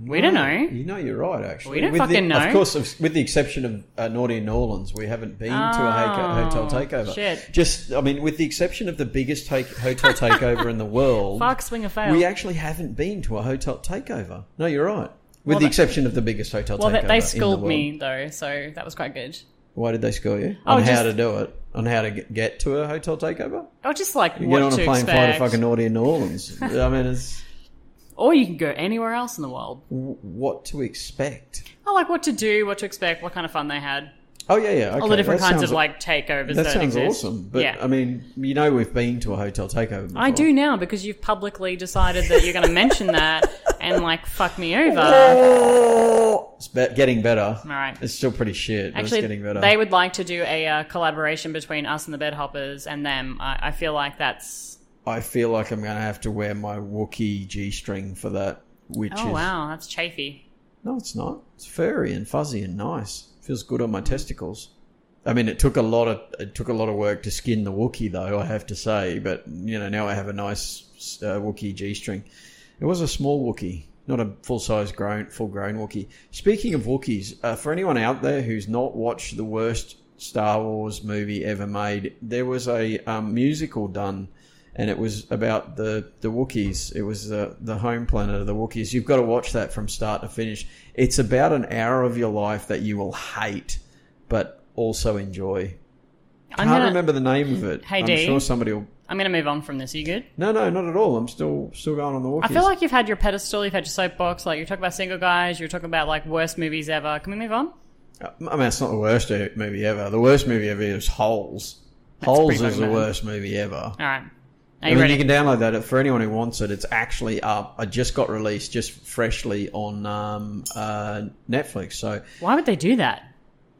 We don't No, know. You know, you're right. Actually, We don't With the- fucking know. Of course, of- with the exception of uh, Naughty and Orleans, we haven't been to a Oh, ha- hotel takeover. shit. Just, I mean, with the exception of the biggest take- hotel takeover in the world, Fuck, swing or fail. we actually haven't been to a hotel takeover. No, you're right. With Well, the that- exception of the biggest hotel well, takeover. they, they in the schooled world. me, though, so that was quite good. Why did they school you Oh, on how just- to do it? On how to get- get to a hotel takeover? Or just like You what get on a to plane, fly to expect. fucking Naughty and New Orleans. I mean, it's Or you can go anywhere else in the world. w- what to expect. I like what to do, what to expect, what kind of fun they had. Oh yeah, yeah. Okay. All the different that kinds sounds- of like takeovers That that, sounds exist. awesome. But yeah. I mean, you know, we've been to a hotel takeover. Before. I do now because you've publicly decided that you're going to mention that and like fuck me over. Oh, it's be- getting better. All right. It's still pretty shit. but Actually, it's getting better. they would like to do a uh, collaboration between us and the Bedhoppers and them. I, I feel like that's I feel like I'm going to have to wear my Wookiee g-string for that. Which oh is wow, that's chafy. no, it's not. It's furry and fuzzy and nice. Feels good on my testicles. I mean, it took a lot of it took a lot of work to skin the Wookiee, though I have to say. But you know, now I have a nice uh, Wookiee G-string. It was a small Wookiee, not a full-size grown, full-grown Wookiee. Speaking of Wookiees, uh, for anyone out there who's not watched the worst Star Wars movie ever made, there was a um, musical done, and it was about the the Wookiees. It was the the home planet of the Wookiees. You've got to watch that from start to finish. It's about an hour of your life that you will hate, but also enjoy. I I'm can't gonna- remember the name of it. Hey, I'm Dee. sure somebody will. I'm going to move on from this. Are you good? No, no, not at all. I'm still still going on the Wookiees. I feel like you've had your pedestal, you've had your soapbox. Like you're talking about single guys, you're talking about like worst movies ever. Can we move on? Uh, I mean, it's not the worst movie ever. The worst movie ever is Holes. Holes pretty is the fucking bad. worst movie ever. All right. Are I you mean, ready? you can download that for anyone who wants it. It's actually up. I just got released, just freshly on um, uh, Netflix. So Why would they do that?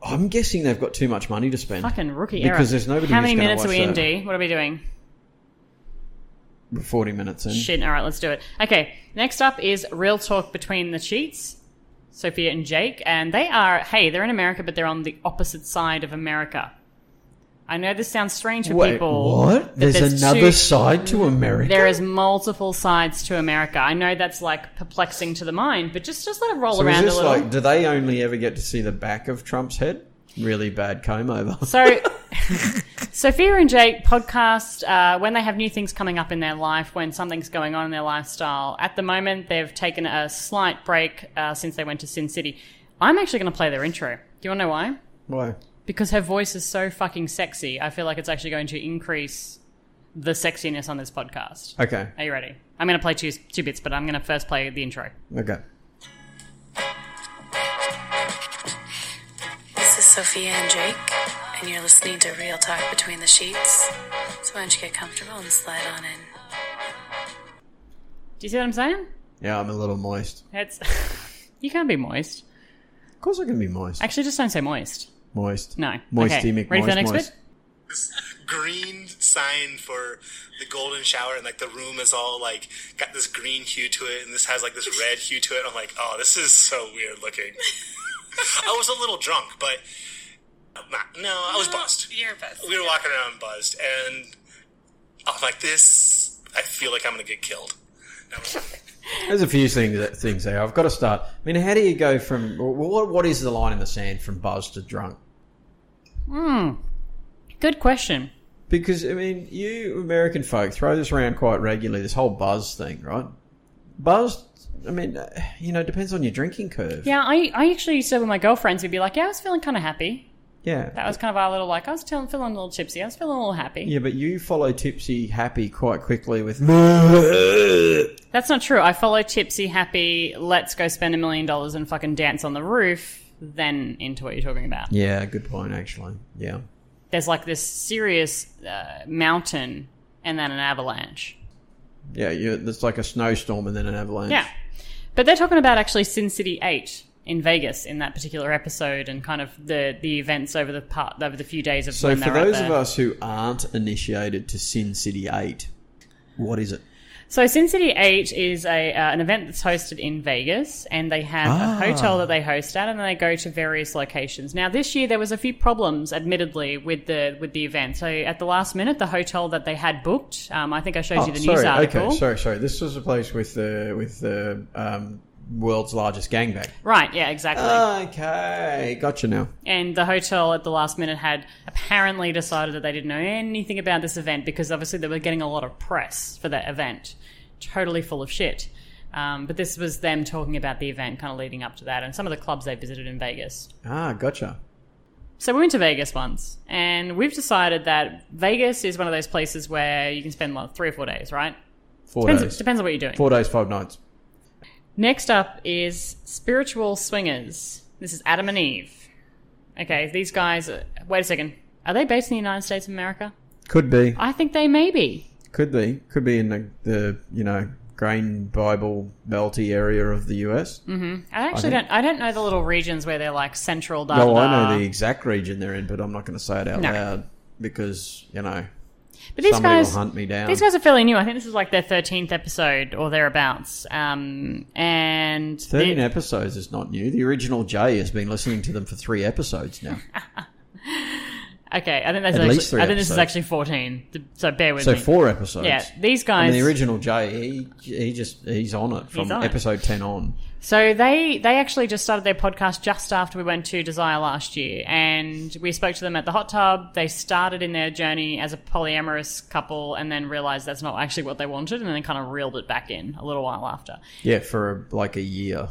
I'm guessing they've got too much money to spend. Fucking rookie error. Because there's nobody How who's many gonna minutes are watch we in, that. D? What are we doing? Forty minutes in. Shit. All right, let's do it. Okay. Next up is Real Talk Between the Sheets. Sophia and Jake, and they are, hey, they're in America, but they're on the opposite side of America. I know this sounds strange to Wait, people. what? that There's, another two- side to America. There is multiple sides to America. I know that's like perplexing to the mind, but just just let it roll so is around this a little. like? Do they only ever get to see the back of Trump's head? Really bad comb over. So, Sophia and Jake podcast uh, when they have new things coming up in their life, when something's going on in their lifestyle. At the moment, they've taken a slight break uh, since they went to Sin City. I'm actually going to play their intro. Do you want to know why? Why? Because her voice is so fucking sexy. I feel like it's actually going to increase the sexiness on this podcast. Okay. Are you ready? I'm going to play two, two bits, but I'm going to first play the intro. Okay. This is Sophia and Jake, and you're listening to Real Talk Between the Sheets. So why don't you get comfortable and slide on in? Do you see what I'm saying? Yeah, I'm a little moist. It's you can't be moist. Of course, I can be moist. Actually, just don't say moist. Moist. No. Moisty Okay. McMoist. Ready for the next moist. bit? green sign for the golden shower and like the room is all like got this green hue to it and this has like this red hue to it i'm like oh this is so weird looking i was a little drunk but not, no i was buzzed You're best. we were walking around buzzed and i'm like this i feel like i'm gonna get killed And I was- There's a few things that, things there. I've got to start. I mean, how do you go from what, what is the line in the sand from buzz to drunk? Hmm. Good question. Because I mean, you American folk throw this around quite regularly. This whole buzz thing, right? Buzz. I mean, uh, you know, it depends on your drinking curve. Yeah, I, I actually used to with my girlfriends who'd be like, Yeah, I was feeling kinda happy. Yeah. That was kind of our little like I was feeling feeling a little tipsy, I was feeling a little happy. yeah, but you follow tipsy happy quite quickly with. That's That's not true. I follow tipsy happy, let's go spend a million dollars and fucking dance on the roof. then into what you're talking about. Yeah, good point, actually. Yeah. There's like this serious uh, mountain and then an avalanche. Yeah, you it's like a snowstorm and then an avalanche. Yeah. But they're talking about actually Sin City 8 in Vegas in that particular episode and kind of the, the events over the part over the few days of So, when for they're those out of there. us who aren't initiated to Sin City 8, what is it? So Sin City 8 is a, uh, an event that's hosted in Vegas, and they have Ah. a hotel that they host at, and then they go to various locations. Now, this year there was a few problems, admittedly, with the with the event. So at the last minute, the hotel that they had booked, um, I think I showed you the Oh, sorry, news article. Okay, sorry, sorry. This was a place with the with the um, world's largest gangbang. Right, yeah, exactly. Okay, gotcha now. And the hotel at the last minute had apparently decided that they didn't know anything about this event because obviously they were getting a lot of press for that event. Totally full of shit. Um, but this was them talking about the event kind of leading up to that and some of the clubs they visited in Vegas. Ah, gotcha. So we went to Vegas once and we've decided that Vegas is one of those places where you can spend like three or four days, right? Four depends, days. Depends on what you're doing. Four days, five nights. Next up is Spiritual Swingers. This is Adam and Eve. Okay, these guys. Wait a second. Are they based in the United States of America? Could be, I think they may be. could be, could be in the, the you know grain Bible belty area of the U.S. hmm I actually think- don't. I don't know the little regions where they're like central. Da, No, da, I know da. the exact region they're in, but I'm not going to say it out Uh-huh. No. loud because you know But these somebody guys will hunt me down. These guys are fairly new. I think this is like their thirteenth episode or thereabouts. Um, and Thirteen the- episodes is not new. The original Jay has been listening to them for three episodes now. okay, I think that's At actually, least three I think this is episodes. actually fourteen. Th- So bear with so me. four episodes. Yeah, these I guys. mean, the original Jay, he, he just he's on it from He's on it. episode ten on. So they they actually just started their podcast just after we went to Desire last year, and we spoke to them at the hot tub. They started in their journey as a polyamorous couple, and then realized that's not actually what they wanted, and then kind of reeled it back in a little while after. Yeah, for like a year.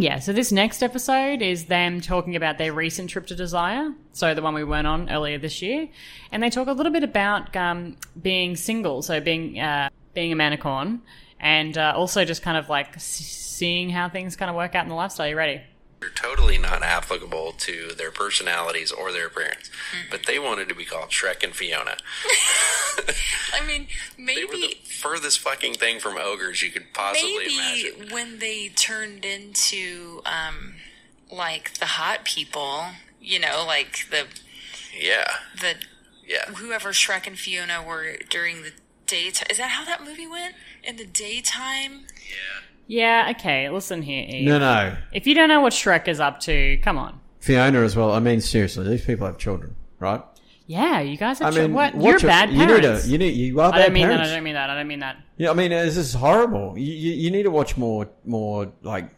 Yeah. So this next episode is them talking about their recent trip to Desire, so the one we went on earlier this year, and they talk a little bit about um, being single, so being uh, being a manicorn, and uh, also just kind of like s- seeing how things kind of work out in the lifestyle. You ready? are totally not applicable to their personalities or their appearance. But they wanted to be called Shrek and Fiona. I mean, maybe Furthest fucking thing from ogres you could possibly imagine. maybe when they turned into um, like the hot people, you know, like the Yeah. the Yeah. whoever Shrek and Fiona were during the daytime. Is that how that movie went? In the daytime? Yeah, okay, listen here, Eve. No, no. If you don't know what Shrek is up to, come on. Fiona as well. I mean, seriously, these people have children, right? Yeah, you guys I are mean, what? watch You're it. bad You need to. parents. You need. You are I bad don't mean parents. that, I don't mean that, I don't mean that. Yeah, I mean, uh, this is horrible. You, you, you need to watch more, more like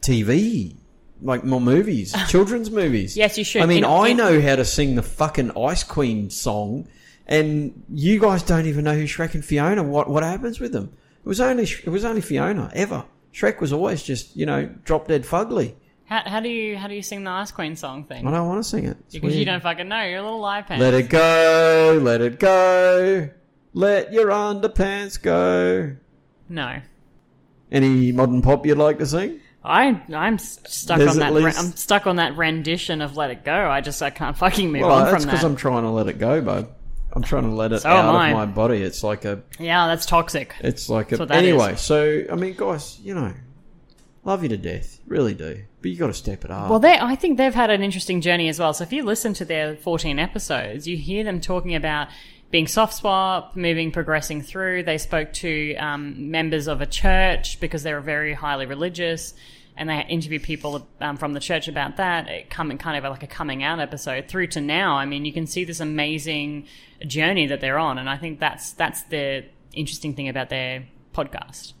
TV, like more movies, children's movies. Yes, you should. I mean, In- I in- know how to sing the fucking Ice Queen song, and you guys don't even know who Shrek and Fiona. What what happens with them? It was only Sh- it was only Fiona ever. Shrek was always just you know drop dead fugly. How, how do you how do you sing the Ice Queen song I thing? don't want to sing it. It's because you weird. don't fucking know. You're a little lie pants. Let it go, let it go, let your underpants go. No, Any modern pop you'd like to sing? I I'm s- stuck There's on that. at Re- least- I'm stuck on that rendition of "Let It Go." I just I can't fucking move well, on that's from because that. I'm trying to let it go, babe. I'm trying to let it So am out I. of my body. It's like a, Yeah, that's toxic. it's like That's a. what that Anyway, is. so I mean, guys, you know, love you to death, really do, but you got to step it up. Well, they I think they've had an interesting journey as well. So if you listen to their 14 episodes, you hear them talking about being soft swap, moving, progressing through. They spoke to um, members of a church because they were very highly religious, and they interview people um, from the church about that. It coming kind of like a coming out episode through to now. I mean, you can see this amazing journey that they're on, and I think that's that's the interesting thing about their podcast.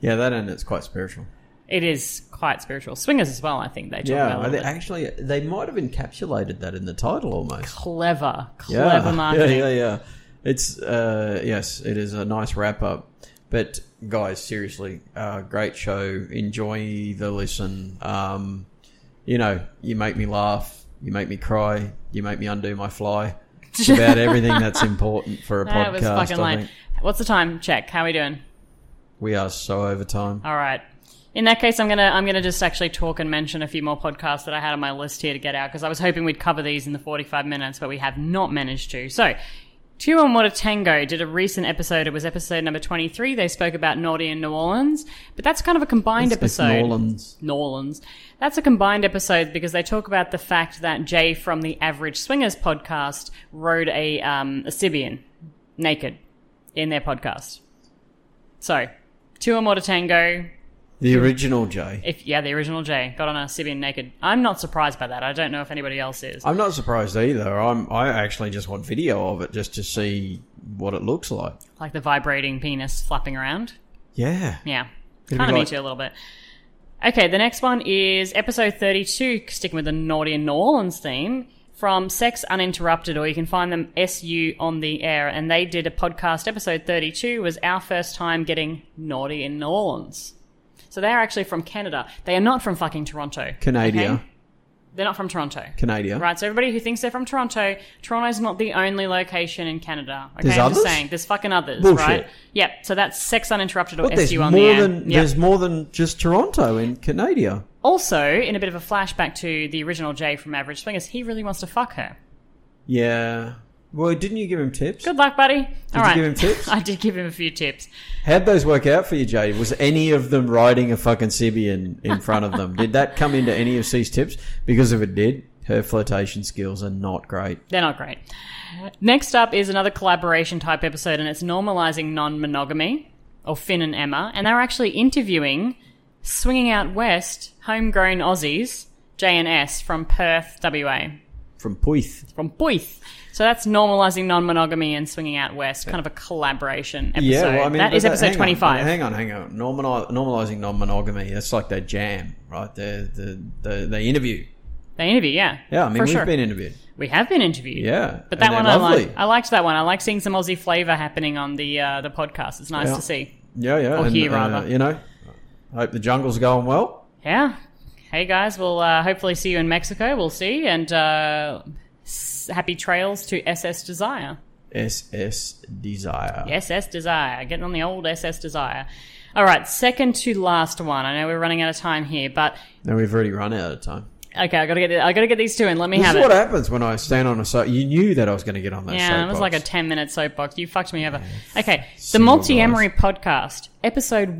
yeah, that and it's quite spiritual. It is quite spiritual. Swingers as well, I think they talk yeah, about. a I little think- bit. actually, they might have encapsulated that in the title almost. clever, clever marketing. Yeah, yeah, yeah. It's uh, yes, it is a nice wrap up. But guys, seriously, uh, great show. Enjoy the listen. Um, you know, you make me laugh, you make me cry, you make me undo my fly. It's about everything that's important for a That podcast. was fucking I lame. think What's the time check? How are we doing? we are so over time. All right. In that case, I'm gonna I'm gonna just actually talk and mention a few more podcasts that I had on my list here to get out because I was hoping we'd cover these in the 45 minutes, but we have not managed to. So, Two and Water Tango did a recent episode. It was episode number 23. They spoke about naughty in New Orleans, but that's kind of a combined It's- it's episode. New Orleans. New Orleans. That's a combined episode because they talk about the fact that Jay from the Average Swingers podcast rode a um, a Sibian naked in their podcast. So, Two and Water Tango, The original Jay. if yeah, the original Jay got on a Sibian naked. I'm not surprised by that. I don't know if anybody else is. I'm not surprised either. I'm I actually just want video of it just to see what it looks like. Like the vibrating penis flapping around. Yeah. Yeah. It'd be Kind of me like- too a little bit. Okay, the next one is episode 32, sticking with the Naughty and New Orleans theme, from Sex Uninterrupted, or you can find them SU on the air. And they did a podcast, episode 32 was our first time getting Naughty in New Orleans. So they are actually from Canada. They are not from fucking Toronto. Canada. okay? They're not from Toronto. Canada. Right, so everybody who thinks they're from Toronto, Toronto's not the only location in Canada. Okay, There's I'm just others? saying. There's fucking others, Bullshit. right? Yep, so that's Sex Uninterrupted or What, there's SU more on the air. than E Yep. there's more than just Toronto in Canada. Also, in a bit of a flashback to the original Jay from Average Swingers, he really wants to fuck her. Yeah. Well, didn't you give him tips? Good luck, buddy. All you right. give him tips? I did give him a few tips. How'd those work out for you, Jay? Was any of them riding a fucking Sibian in front of them? did that come into any of C's tips? Because if it did, her flirtation skills are not great. They're not great. Next up is another collaboration type episode, and it's normalizing non monogamy, or Finn and Emma. And they're actually interviewing Swinging Out West homegrown Aussies, J and S, from Perth, WA. From Puith. From Boyth. So that's normalizing non monogamy and swinging out west, kind of a collaboration episode. Yeah, well, I mean, that but is episode hang on, 25. but hang on, hang on. Normali- normalizing non-monogamy. That's like their jam, right? They the, the, they interview. They interview, yeah. Yeah, I mean, for we've sure. been interviewed. We have been interviewed. Yeah, But and that they're one I lovely. like. I liked that one. I like seeing some Aussie flavour happening on the uh, the podcast. It's nice Yeah. to see. Yeah, yeah. Or and, here, uh, rather. You know, hope the jungle's going well. Yeah. Hey guys, we'll uh, hopefully see you in Mexico. We'll see and uh, s- happy trails to SS Desire. SS Desire. SS Desire. Getting on the old SS Desire. All right, second to last one. I know we're running out of time here, but No, we've already run out of time. okay, I gotta get I gotta get these two in. Let me this have is it. what happens when I stand on a soap. You knew that I was going to get on that yeah, it was soapbox. like a 10 minute soapbox. You fucked me over. Okay, the single Multi Emery podcast, episode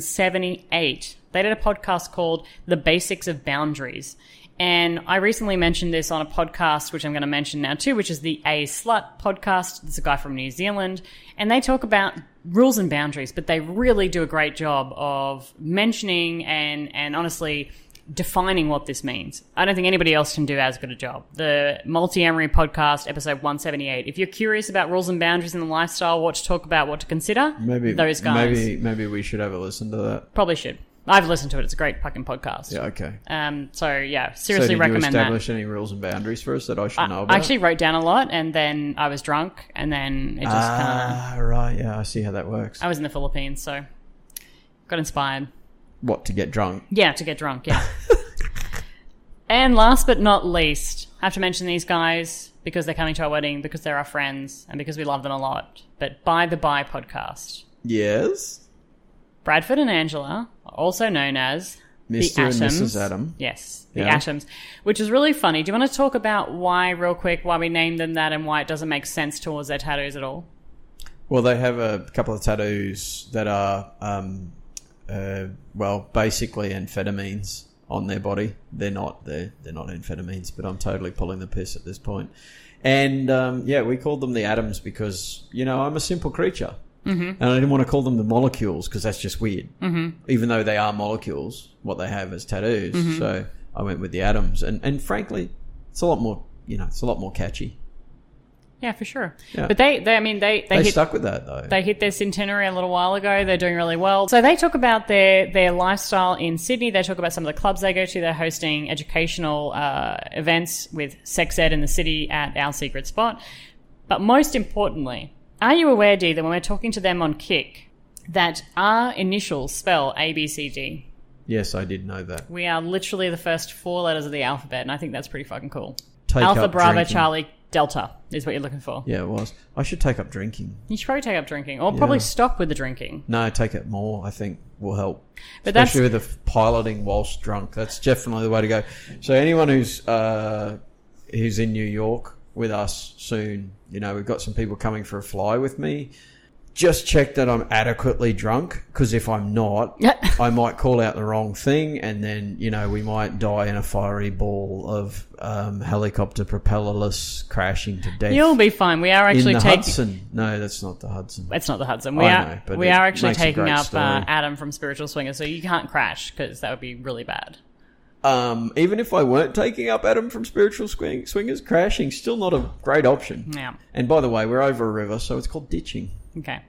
178. They did a podcast called The Basics of Boundaries. And I recently mentioned this on a podcast, which I'm going to mention now too, which is the A Slut podcast. It's a guy from New Zealand. And they talk about rules and boundaries, but they really do a great job of mentioning and, and honestly, defining what this means. I don't think anybody else can do as good a job. The Multi Amory podcast, episode 178. If you're curious about rules and boundaries in the lifestyle, what to talk about, what to consider, maybe those guys Maybe maybe we should have a listen to that. probably should. I've listened to it. It's a great fucking podcast. Yeah, okay. Um, so yeah, so seriously did you recommend that. establish any rules and boundaries for us that I should know I, about? I actually wrote down a lot, and then I was drunk, and then it just kind of. ah, right. Yeah, I see how that works. I was in the Philippines, so got inspired. What to get drunk? Yeah, to get drunk, yeah. and last but not least, I have to mention these guys because they're coming to our wedding, because they're our friends, and because we love them a lot. But By the By podcast. Yes, Bradford and Angela, also known as Mr. the and Atoms. Mrs. Adam. Yes, the Yeah. Atoms, which is really funny. Do you want to talk about why, real quick, why we named them that and why it doesn't make sense towards their tattoos at all? Well, they have a couple of tattoos that are, um, uh, well, basically amphetamines on their body. They're not they're they're not amphetamines, but I'm totally pulling the piss at this point. And um, yeah, we called them the atoms because you know I'm a simple creature, Mhm. Mm-hmm. and I didn't want to call them the molecules because that's just weird. Mhm. Even though they are molecules, what they have is tattoos. Mm-hmm. Mhm. So I went with the atoms, and and frankly, it's a lot more you know it's a lot more catchy. Yeah, for sure. Yeah. But they, they, I mean, they they, They, hit, stuck with that though. They hit their centenary a little while ago. They're doing really well. So they talk about their their lifestyle in Sydney. They talk about some of the clubs they go to. They're hosting educational uh, events with sex ed in the city at our secret spot. But most importantly, are you aware, Dee, that when we're talking to them on Kick, that our initials spell A B C D? yes, I did know that. We are literally the first four letters of the alphabet, and I think that's pretty fucking cool. Take Alpha up Bravo drinking. Charlie Delta is what you're looking for. Yeah, it was. I should take up drinking. You should probably take up drinking, or probably Yeah. stop with the drinking. No, take it more. I think will help, But that's- especially with the f- piloting whilst drunk. That's definitely the way to go. So anyone who's uh, who's in New York with us soon, you know, we've got some people coming for a fly with me. Just check that I'm adequately drunk, because if I'm not, I might call out the wrong thing, and then you know we might die in a fiery ball of um, helicopter propellerless crashing to death. You'll be fine. We are actually in the taking. Hudson. No, that's not the Hudson. It's not the Hudson. We I are know, but we it are actually makes a taking great up uh, story. Adam from Spiritual Swinger, so you can't crash because that would be really bad. um, even if I weren't taking up Adam from Spiritual Swing- Swingers, crashing still not a great option. Yeah. And by the way, we're over a river, so it's called ditching. Okay.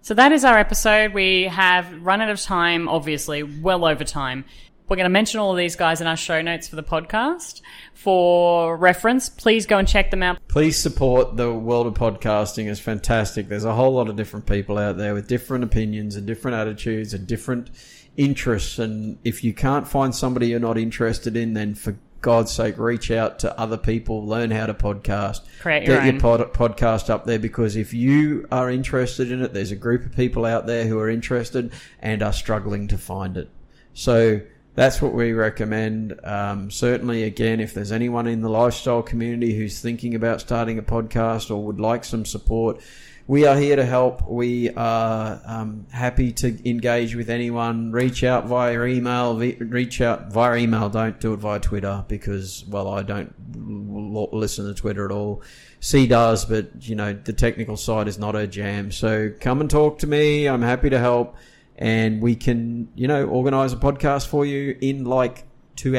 So that is our episode. We have run out of time, obviously, well over time. We're going to mention all of these guys in our show notes for the podcast. For reference, please go and check them out. Please support the world of podcasting. It's fantastic. There's a whole lot of different people out there with different opinions and different attitudes and different interests. And if you can't find somebody you're not interested in, then for God's sake, reach out to other people, learn how to podcast, Create your get your own. pod- podcast up there because if you are interested in it, there's a group of people out there who are interested and are struggling to find it. So that's what we recommend. Um, certainly, again, if there's anyone in the lifestyle community who's thinking about starting a podcast or would like some support, we are here to help. We are um, happy to engage with anyone. Reach out via email. vi- Reach out via email. Don't do it via Twitter because, well, I don't l- l- listen to Twitter at all. She does, but you know the technical side is not her jam. So come and talk to me. I'm happy to help, and we can, you know, organize a podcast for you in like two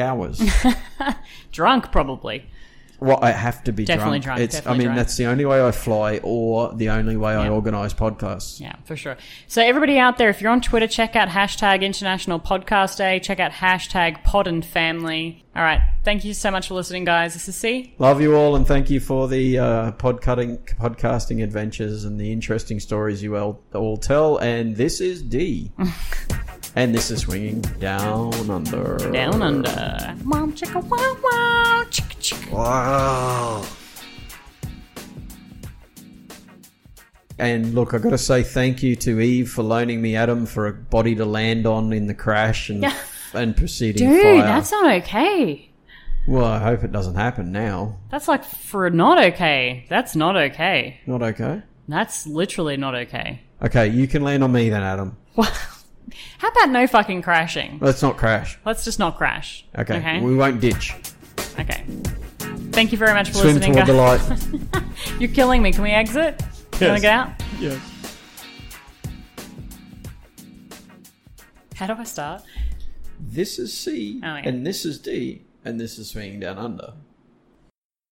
hours. Drunk, probably. Well, I have to be Definitely drunk. drunk, It's, definitely I mean, drunk. that's the only way I fly, or the only way I Yeah. organize podcasts. Yeah, for sure. So everybody out there, if you're on Twitter, check out hashtag International Podcast Day. Check out hashtag Pod and Family. All right. Thank you so much for listening, guys. This is C. Love you all, and thank you for the uh, podcasting, podcasting adventures and the interesting stories you all, all tell. And this is D, and this is swinging down under. Down under. Wow, chicka, wow, wow, chicka, chicka. Wow. And look, I got to say thank you to Eve for loaning me Adam for a body to land on in the crash and Yeah. and preceding Dude, fire. that's not okay. well, I hope it doesn't happen now. That's like for not okay. That's not okay. Not okay. That's literally not okay. Okay, you can land on me then, Adam. How about no fucking crashing? Let's not crash. Let's just not crash. Okay, Okay. we won't ditch. Okay. Thank you very much for Swim listening, toward the guys. light. You're killing me. Can we exit? You want to Yes. get out? Yes. How do I start? This is C, Oh, yeah. and this is D, and this is swinging down under.